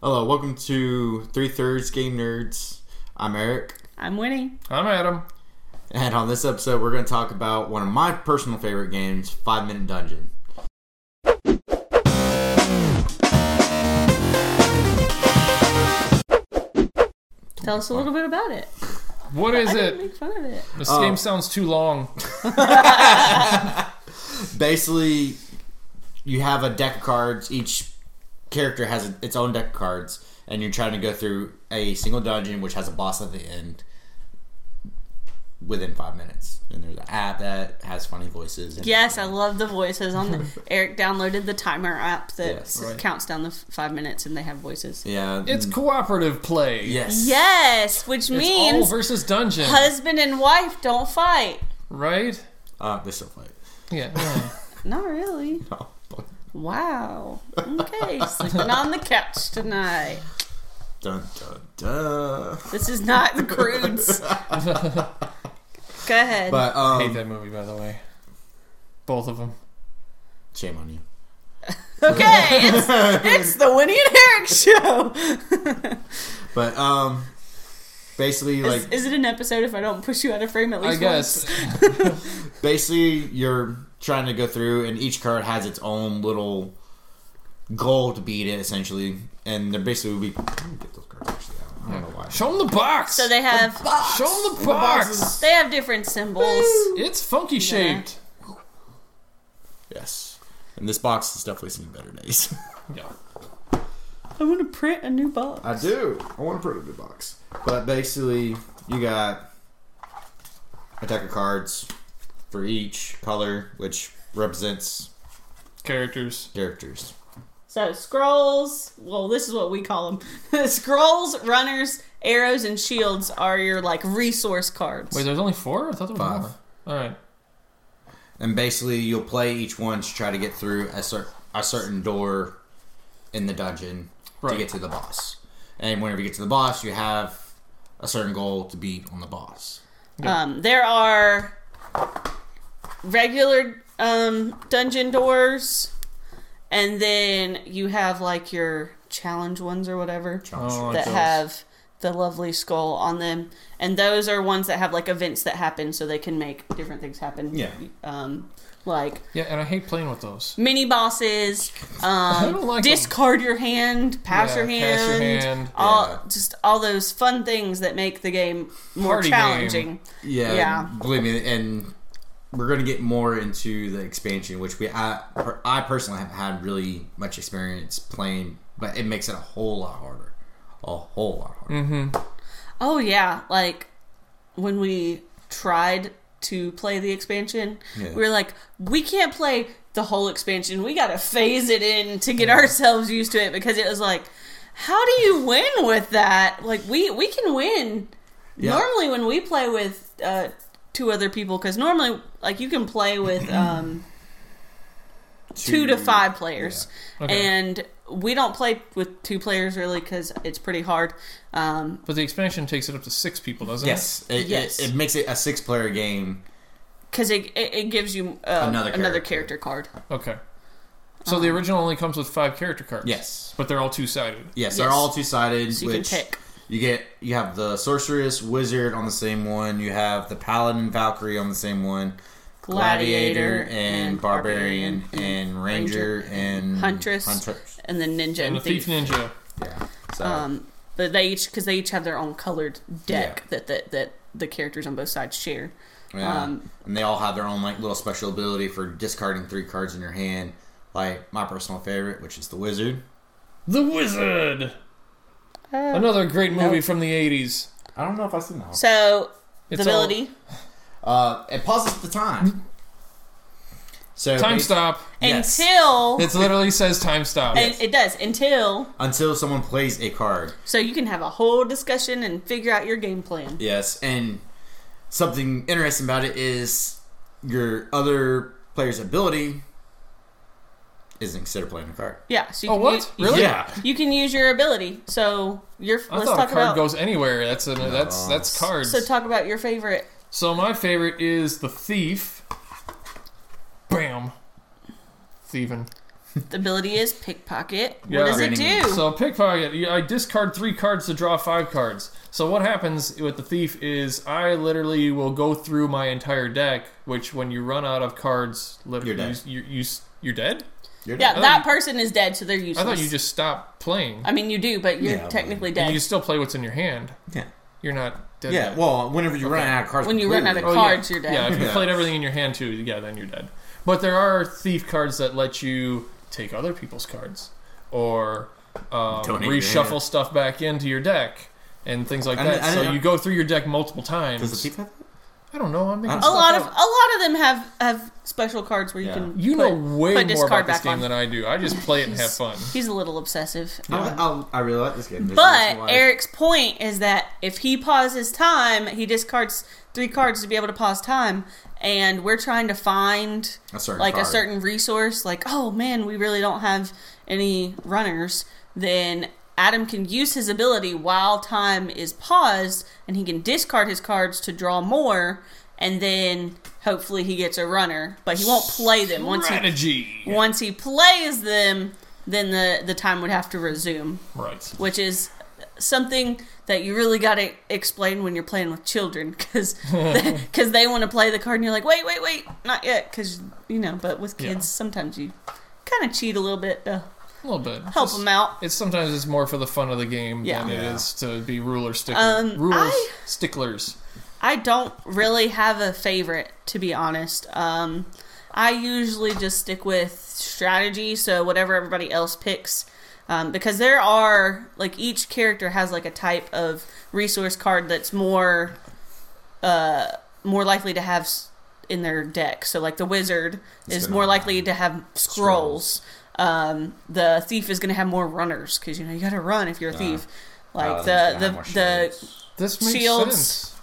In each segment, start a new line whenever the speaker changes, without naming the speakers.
Hello, welcome to Three Thirds Game Nerds. I'm Eric,
I'm winning.
I'm Adam.
and on this episode, we're going to talk about one of my personal favorite games, Five Minute Dungeon.
Tell us a little bit about it.
What is
I didn't
it?
make fun of it.
This
Oh.
game sounds too long.
Basically, you have a deck of cards. Each character has its own deck of cards, and you're trying to go through a single dungeon, which has a boss at the end within five minutes. And there's an app that has funny voices. And
Yes, I love the voices on the. Eric downloaded the timer app that
Yes.
s-
Right.
counts down the f- five minutes, and they have voices.
Yeah.
It's cooperative play.
yes.
Yes, which
It's all
means
versus dungeon,
husband and wife don't fight.
right?
Uh, this will fight.
Yeah. yeah.
Not really.
Oh,
Wow. Okay, sleeping on the couch tonight.
Dun dun dun.
This is not the Croods. Go ahead.
But
I hate
um,
that movie, by the way. Both of them.
shame on you.
okay, it's, it's the Winnie and Eric show.
But um, basically, like
is, is it an episode if I don't push you out of frame at least
I guess.
basically you're trying to go through, and each card has its own little goal to beat it, essentially. And they're basically we get those cards actually. out. I don't know why.
Show them the box.
So they have
Show them the
boxes.
box.
they have different symbols.
It's funky shaped.
Yes. And this box has definitely seen better days.
Yeah.
I want to print a new box.
I do. I want to print a new box. But basically, you got a deck of cards for each color, which represents
Characters.
characters.
So scrolls. Well, this is what we call them. scrolls, runners, arrows, and shields are your like resource cards.
Wait, there's only four? I thought there was
Five.
more. All right.
and basically you'll play each one to try to get through a, cer- a certain door in the dungeon to
Right.
get to the boss. And whenever you get to the boss, you have a certain goal to beat on the boss.
Um, there are regular um, dungeon doors, and then you have like your challenge ones or whatever
Oh, I
that
chose.
have the lovely skull on them, and those are ones that have like events that happen, so they can make different things happen.
Yeah.
Um, like
Yeah, and I hate playing with those.
mini bosses.
I
Um,
don't like 'em.
discard your hand, pass
Yeah,
your hand,
pass your hand.
all
Yeah.
just all those fun things that make the game more
Party game.
challenging.
Yeah,
Yeah.
believe me. And we're gonna get more into the expansion, which we I, per- I personally haven't had really much experience playing, but it makes it a whole lot harder, a whole lot harder.
Oh yeah, like when we tried to play the expansion,
Yeah.
we were like, we can't play the whole expansion. We gotta phase it in to get ourselves used to it because it was like, how do you win with that? Like we we can win.
Yeah.
Normally when we play with uh, two other people, because normally like you can play with um, two to five players,
Okay.
and we don't play with two players really because it's pretty hard. Um,
But the expansion takes it up to six people, doesn't
Yes, it,
Yes.
It, it makes it a six-player game.
because it, it it gives you uh,
Another
another
character.
character. card.
it? Okay. So
Um.
the original only comes with five character cards.
Yes,
But they're all two sided.
Yes, they're
Yes.
all two sided.
So you can
which
pick.
You get you have the sorceress wizard on the same one. You have the paladin Valkyrie on the same one. Gladiator, and, barbarian and ranger, and
huntress,
huntress.
and then ninja and,
And the
thief.
Thief Ninja.
Yeah. So
Um, but they each because they each have their own colored deck that, that that the characters on both sides share.
yeah.
um,
and they all have their own like little special ability for discarding three cards in your hand. Like my personal favorite, which is the wizard.
The Wizard.
Uh,
Another great movie from the 80s.
I don't know if I've seen that. One.
So the
It's all-
ability
Uh, it pauses the time. So
Time
bas-
stop.
Yes.
until
It literally says time stop.
and it does until
until someone plays a card.
so you can have a whole discussion and figure out your game plan.
Yes, and something interesting about it is your other player's ability isn't considered playing a card.
Yeah. So you
Oh,
can
what?
Use,
Really?
Yeah.
You can use your ability. So your
I
let's
thought
talk
a card
about
goes anywhere. That's an, that's
No.
that's cards.
so talk about your favorite
so my favorite is the thief. Bam. Thieving.
The ability is pickpocket.
Yeah.
what does it
Training.
do?
So pickpocket, you- I discard three cards to draw five cards. So what happens with the thief is I literally will go through my entire deck, which when you run out of cards, lit-
You're dead.
You, you, you, s- you're dead.
You're
yeah,
done.
that person is dead, so they're
I
useless.
thought you just stopped playing.
I mean, you do, but you're
Yeah,
technically
And
dead.
you still play what's in your hand.
Yeah.
You're not dead.
Yeah.
yet.
Well, whenever you run out of cards,
When you run out
completely.
of- cards,
yeah.
you're dead.
Yeah, if you
Yeah.
played everything in your hand too, yeah, then you're dead. But there are thief cards that let you take other people's cards or um,
Donate your
reshuffle
hand.
stuff back into your deck and things like
I
that.
didn't- I
so
didn't-
you go through your deck multiple times.
does the thief have that?
I don't know. I'm making
A
a
stuff
lot of a
up.
lot of them have have special cards where you
Yeah.
can.
you
put-
know way
put
more
discard
about this
back
game
on.
than I do. I just play it and have fun.
He's a little obsessive.
I, I, I really like this game. This is
But
why-
Eric's point is that if he pauses time, he discards three cards to be able to pause time, and we're trying to find
A certain
like a
card.
certain resource. Like, oh man, we really don't have any runners. Then Adam can use his ability while time is paused, and he can discard his cards to draw more, and then hopefully he gets a runner. But he won't play them once he
Strategy.
once he plays them. Then the, the time would have to resume
Right.
which is something that you really got to explain when you're playing with children because because they want to play the card and you're like wait wait wait not yet because you know but with kids
Yeah.
sometimes you kind of cheat a little bit to
A little bit.
help
Just-
them out
It's sometimes it's more for the fun of the game
Yeah.
than it
Yeah.
is to be ruler stickler.
Um,
rules
I-
sticklers.
i don't really have a favorite to be honest um i usually just stick with strategy so whatever everybody else picks um, because there are like each character has like a type of resource card that's more uh, more likely to have s- in their deck. So like the wizard is
gonna
more
have
likely to have scrolls. Um, the thief is going to have more runners because you know you got to run if you're
Uh,
a thief. like
Oh,
the
there's
the
gonna have more
the
shields.
This makes
Shields.
sense.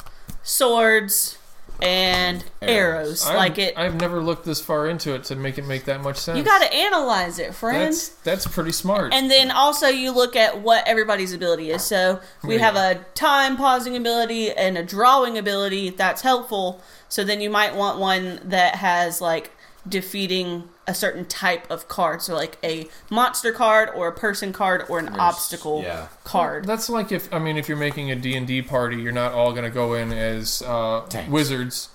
swords and arrows.
Arrows.
I've-
Like it,
I've never looked this far into it to make it make that much sense.
you got to analyze it, friend.
That's that's pretty smart.
And then also you look at what everybody's ability is. So we
Yeah.
have a time pausing ability and a drawing ability. That's helpful. So then you might want one that has like defeating a certain type of card. So like a monster card or a person card or an obstacle
yeah.
card.
that's like if I mean if you're making a D and D party, you're not all gonna go in as uh,
Tanks.
wizards.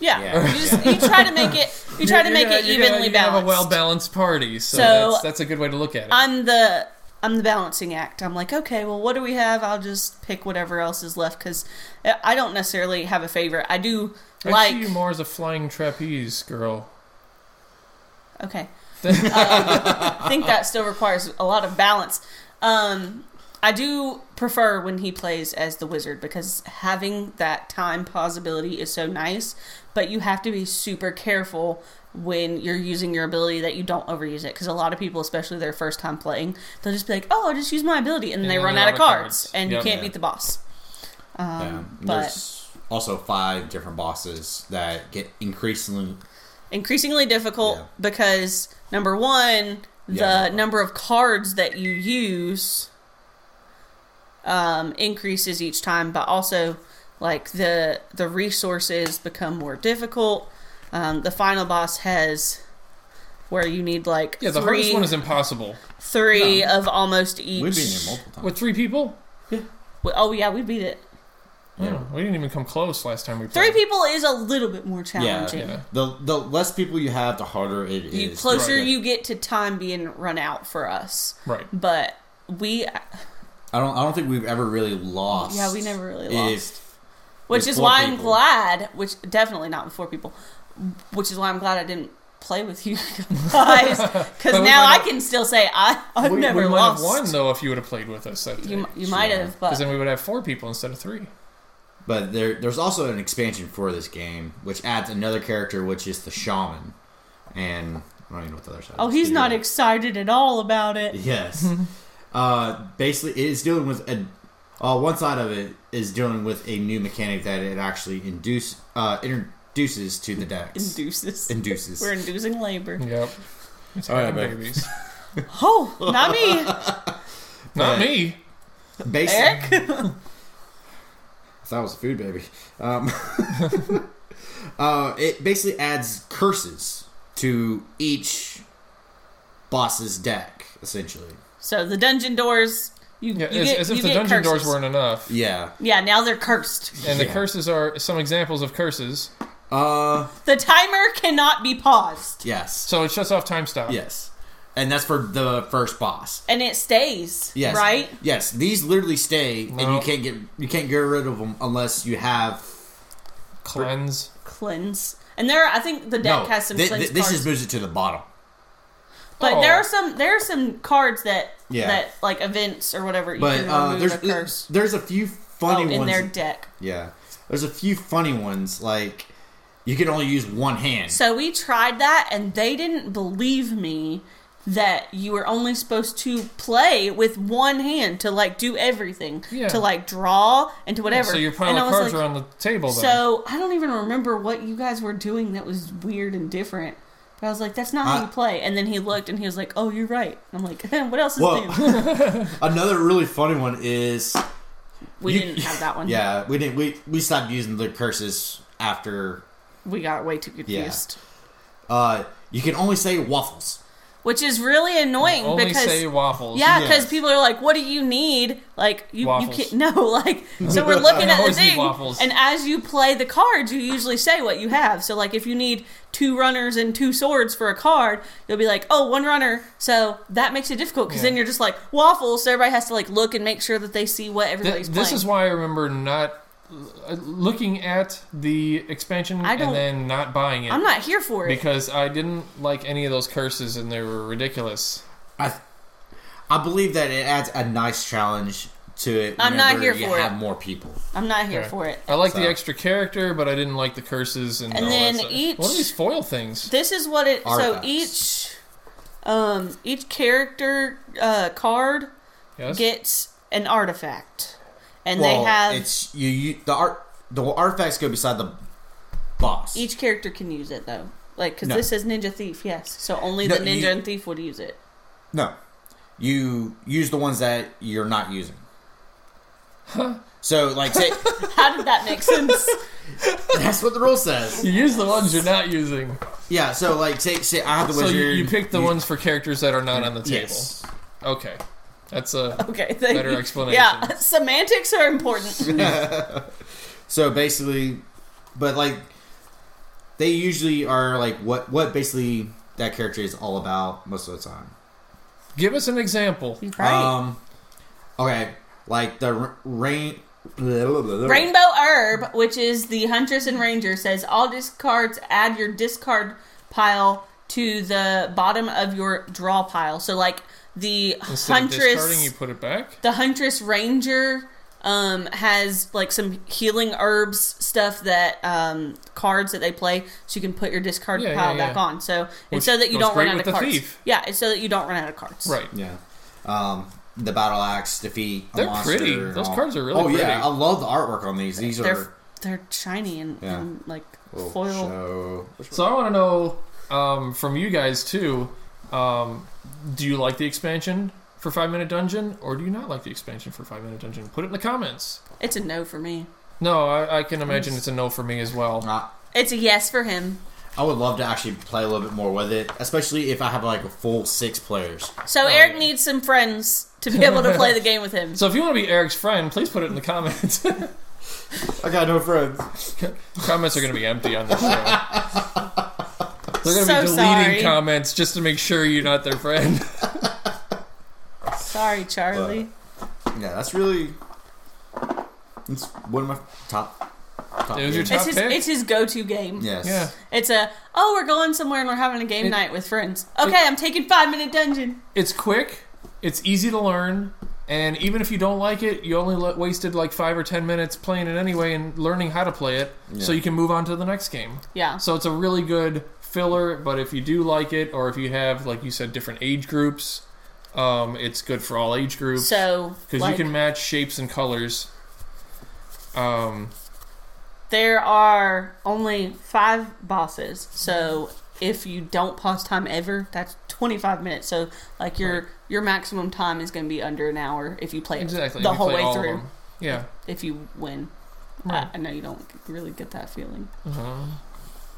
Yeah.
Yeah.
You, just, you try to make it you try to
You're
make
gonna-
it
you're gonna-
evenly
you're gonna Have a well
balanced.
balanced party, so,
So-
that's, that's a good way to look at it.
I'm the I'm the balancing act. I'm like, okay, well, what do we have? I'll just pick whatever else is left because I don't necessarily have a favorite. I do
I see
like
you more as a flying trapeze girl.
okay. Um, I think that still requires a lot of balance. Um, I do prefer when he plays as the wizard because having that time pausability is so nice, but you have to be super careful when you're using your ability that you don't overuse it because a lot of people, especially their first time playing, they'll just be like, "Oh, I'll just use my ability," and,
And
they
then
run
they're
out
out
of
of
cards,
cards.
and
Yeah.
you can't
Yeah.
beat the boss.
Yeah.
Um,
And
But
There's also five different bosses that get increasingly
increasingly difficult
Yeah.
because number one, the
Yeah.
number of cards that you use um, increases each time, but also like the the resources become more difficult. Um, the final boss has where you need like
Yeah, the hardest
three,
one is impossible
three of almost each.
We've been here multiple times.
with three people.
oh yeah, we beat it.
I don't know, we didn't even come close last time we
Three
played.
people is a little bit more challenging.
yeah.
The the less people you have, the harder it is.
You closer
Right.
you get to time being run out for us.
Right.
But we
I don't I don't think we've ever really lost.
Yeah, we never really
If-
lost. which
with
is
four
why I'm
people.
glad. Which definitely not with four people. Which is why I'm glad I didn't play with you guys because
But we
now
might
I
have-
can still say I I've
we,
never
we might
lost.
have won though if you would have played with us. That
You you might
Yeah.
have,
because
but
then we would have four people instead of three.
But there there's also an expansion for this game, which adds another character, which is the shaman. And I don't even know what the other side.
oh,
is.
he's
Either
not
way.
excited at all about it.
Yes. uh, basically, it is dealing with a. Uh, one side of it is dealing with a new mechanic that it actually induce uh, introduces to the decks.
Induces.
Induces.
We're inducing labor.
Yep. It's
All right,
Adam
babe.
babies.
Oh, not me,
Not
Right.
me.
Basi-
Eric.
I thought it was a food baby. Um, uh, it basically adds curses to each boss's deck, essentially.
So the dungeon doors, you,
Yeah,
you
as,
get,
as if
you
the
get
dungeon
curses.
doors weren't enough.
Yeah.
Yeah, now they're cursed.
And the
Yeah.
curses are some examples of curses.
Uh,
The timer cannot be paused,
yes.
So it shuts off time stop.
Yes. And that's for the first boss.
and it stays.
Yes.
Right.
Yes. These literally stay, and you
No.
can't get you can't get rid of them unless you have.
Cleanse.
Cleanse. And there, are, I think the deck has some
thi-
cleanse
thi- this
cards.
is moves it to the bottom.
but there
Oh.
are some there are some cards that
Yeah.
that like events or whatever you
But
can
uh,
remove
there's
a curse
there's a few
oh,
funny
in
ones.
their deck.
yeah. There's a few funny ones like you can only use one hand.
So we tried that, and they didn't believe me that you were only supposed to play with one hand to like do everything,
Yeah.
to like draw and to whatever.
So your pile
and I
of
was
cards
like,
are on the table then.
So I don't even remember what you guys were doing that was weird and different. But I was like, that's not how
Uh,
you play. And then he looked and he was like, oh, you're right. And I'm like, what else is
Well,
new?
Another really funny one is
We
you-
didn't have that one.
yeah we didn't we we stopped using the curses after
We got way too confused.
uh you can only say waffles.
Which is really annoying
Only
because.
say waffles.
yeah,
yes.
because people are like, "What do you need?" Like you, you
Waffles.
can't. No, like so we're looking at the
always need
thing,
waffles.
and as you play the cards, you usually say what you have. So like if you need two runners and two swords for a card, you'll be like, "Oh, one runner." So that makes it difficult because
Yeah.
then you're just like waffles. So everybody has to like look and make sure that they see what
Th-
everybody's playing.
this is why I remember not uh, looking at the expansion
I don't-
and then not buying it.
I'm not here for it.
because I didn't like any of those curses and they were ridiculous.
I I believe that it adds a nice challenge to it.
I'm not
whenever
here
you
for it.
have more people.
I'm not here
Yeah.
for it.
I like
So-
the extra character, but I didn't like the curses and,
And
all
then
that stuff.
each-
What are these foil things?
This is what it.
Artifacts.
So each, um, each character uh, card
Yes.
gets an artifact, and
well,
they have
it's you, you the art the artifacts go beside the boss.
each character can use it though. Like, because
No.
this says Ninja Thief, yes. So only
No,
the Ninja
you-
and Thief would use it.
no, you use the ones that you're not using. So like say,
How did that make sense?
that's what the rule says.
You use the ones you're not using.
Yeah. So like say say I have the
So
wizard.
you, you pick the
you-
ones for characters that are not on the table.
Yes.
Okay. That's uh, a
Okay, thank
Better
you.
explanation.
Yeah, semantics are important.
So basically, but like they usually are like what what basically that character is all about most of the time.
Give us an example.
Right.
Um. Okay. Like the r- rain. blah, blah, blah, blah.
Rainbow Herb, which is the Huntress and Ranger, says all discards add your discard pile to the bottom of your draw pile. So, like the
Instead of
Huntress.
discarding, you put it back.
the huntress ranger um, has like some healing herbs stuff that um, cards that they play so you can put your discard
Yeah,
pile
yeah,
back
yeah.
on so
Which
it's so that you
goes
don't run
great
out
with
of
the
cards
thief.
yeah it's so that you don't run out of cards
Right.
Yeah. Um. The battle axe defeat. a
They're
monster,
pretty.
and
Those
all.
cards are really
Oh yeah,
pretty.
I love the artwork on these. These
they're
are
they're shiny and,
Yeah.
and like
Oh,
foil
so-
So I want to know um, from you guys too. Um, do you like the expansion for Five Minute Dungeon, or do you not like the expansion for Five Minute Dungeon? Put it in the comments.
it's a no for me
No, I, I can imagine it's a no for me as well.
I,
it's a yes for him
I would love to actually play a little bit more with it, especially if I have like a full six players.
so eric needs some friends to be able to play the game with him
Oh, So if you want to be Eric's friend, please put it in the comments.
I got no friends.
comments are going to be empty on this show. They're going to
So
be deleting
sorry.
comments just to make sure you're not their friend.
sorry charlie
Yeah, that's really. It's one of my top. top
It was your
games.
top-
it's his,
pick.
it's his go-to game
Yes.
Yeah.
It's a oh, we're going somewhere and we're having a game night with friends. Okay,
it-
I'm taking five minute dungeon.
It's quick, it's easy to learn, and even if you don't like it, you only le- wasted like five or ten minutes playing it anyway and learning how to play it, so
Yeah.
you can move on to the next game.
Yeah,
So it's a really good filler, but if you do like it, or if you have, like you said, different age groups, um, it's good for all age groups.
so
because
like,
you can match shapes and colors. Um,
there are only five bosses. So if you don't pause time ever, that's 25 minutes. So like your your maximum time is going to be under an hour if you play it
exactly.
the
you
whole
play
way
all of
through. Uh,
them. Yeah.
If you win,
Right.
I, I know you don't really get that feeling.
Uh-huh.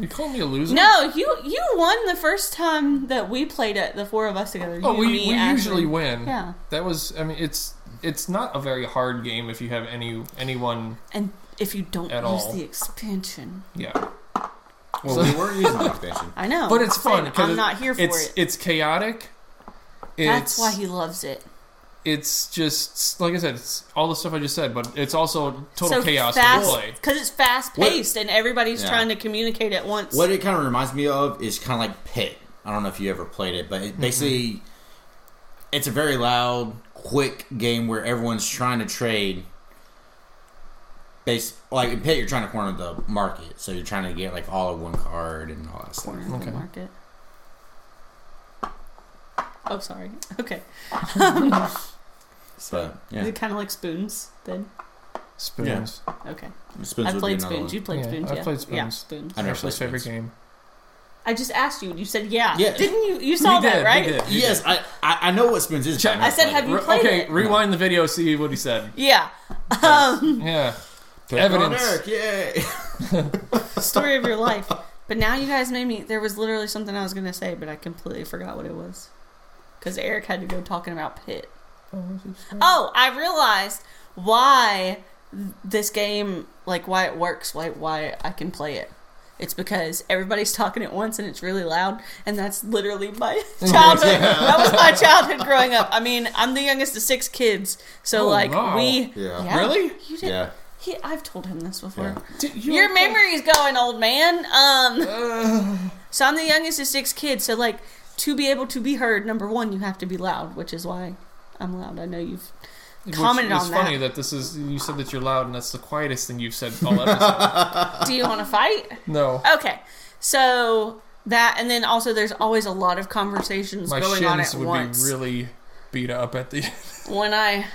You call me a loser?
No, you you won the first time that we played it, the four of us together.
Oh,
You,
we,
me,
we
Ashley.
usually win.
Yeah.
That was. I mean, it's it's not a very hard game if you have any anyone.
And if you don't use
At all.
the expansion,
Yeah.
Well, we were using the expansion.
I know.
But it's
I'm
fun.
saying,
'cause
I'm not here for
it's,
it.
It's chaotic. It's,
That's why he loves it.
It's just like I said. It's all the stuff I just said, but it's also total
So
chaos to
fast
play.
because it's fast paced and everybody's
Yeah.
trying to communicate at once.
What it kind of reminds me of is kind of like Pit. I don't know if you ever played it, but
Mm-hmm.
it basically, it's a very loud, quick game where everyone's trying to trade. Base like in Pit, you're trying to corner the market, so you're trying to get like all of one card and all that stuff.
Corner of the
Okay.
market. Oh, sorry. Okay,
But yeah,
they're kind of like spoons. Then
Spoons.
okay,
spoons
I
would
played
be another
spoons. You
one.
played
Yeah,
spoons.
I've
yeah,
played
Yeah,
spoons.
spoons.
I never
Ashley's
played
favorite
Spoons.
game.
I just asked you, and you said yeah.
Yeah.
Didn't you? You saw
we did,
that, right?
We did. we
Yes, I, I I know what spoons is. but
Check.
never
I said,
played
have
it.
you
did.
played
okay,
it?
rewind the video, see what he said.
Yeah. Um,
Yeah.
Click on
Evidence.
Eric, Yay!
story of your life. But now you guys made me. There was literally something I was gonna say, but I completely forgot what it was. Because Eric had to go talking about Pitt. Oh, I realized why this game, like why it works, why why I can play it. It's because everybody's talking at once and it's really loud, and that's literally my childhood. That was my childhood growing up. I mean, I'm the youngest of six kids, so
Oh,
like
wow.
we
Yeah.
Really?
you did.
yeah,
He, I've told him this before.
yeah.
Did you
Your
play-
memory's going, old man. Um,
Uh,
so I'm the youngest of six kids. So like, to be able to be heard, number one, you have to be loud, which is why I'm loud. I know you've
Which
commented
is
on
funny that this is you said that you're loud and that's the quietest thing you've said all episode.
that. Do you want to fight?
no.
Okay, so that, and then also there's always a lot of conversations
My
going on at
shins would
once.
be really beat up at the
when I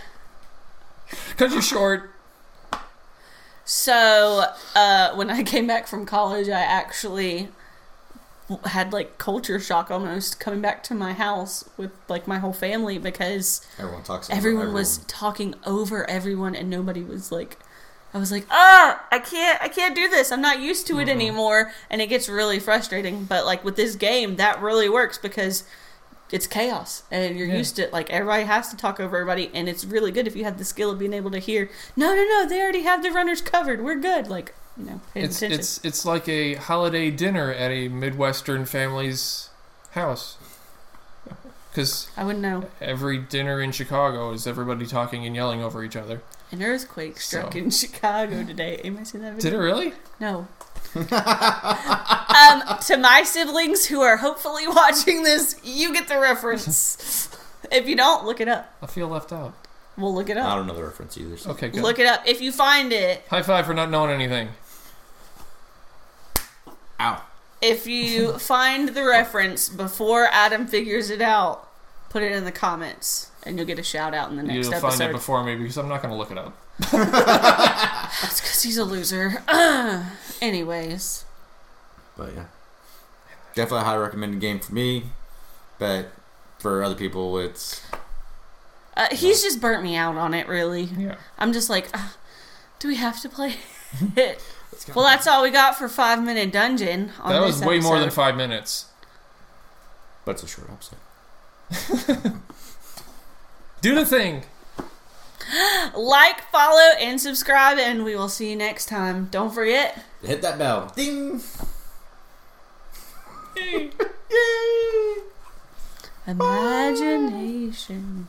Cuz you're short.
So uh, when I came back from college, I actually had like culture shock almost coming back to my house with like my whole family because
Everyone talks. about
everyone was talking over everyone and nobody was like I was like, "Ah, I can't I can't do this. I'm not used to
Mm-hmm.
it anymore." And it gets really frustrating, but like with this game, that really works because it's chaos and you're
Yeah.
used to it. Like everybody has to talk over everybody and it's really good if you have the skill of being able to hear, "No, no, no, they already have the runners covered. We're good." Like, you know, paying
It's
attention.
it's it's like a holiday dinner at a Midwestern family's house. Cuz
I wouldn't know.
every dinner in Chicago is everybody talking and yelling over each other.
An earthquake struck
So.
in Chicago today. Am I seeing that video?
Did it really?
No. um, to my siblings who are hopefully watching this, you get the reference. if you don't, look it up.
I feel left out.
We'll look it
I
up.
don't know the reference either. So.
Okay, good.
Look it up. If you find it,
High five for not knowing anything.
Ow.
if you find the reference before Adam figures it out, put it in the comments and you'll get a shout out in the next
You'll
episode.
find it before me because I'm not going to look it up.
That's because he's a loser. Anyways,
But yeah, definitely a high recommended game for me. But for other people, it's
uh, he's just burnt me out on it, really.
Yeah.
I'm just like, "Ugh, do we have to play it? Well, that's all we got for five minute dungeon. On
That was
this
way more than
episode.
five minutes.
but it's a short episode.
Do the thing.
Like, follow, and subscribe, and we will see you next time. Don't forget.
Hit that bell. Ding.
Imagination.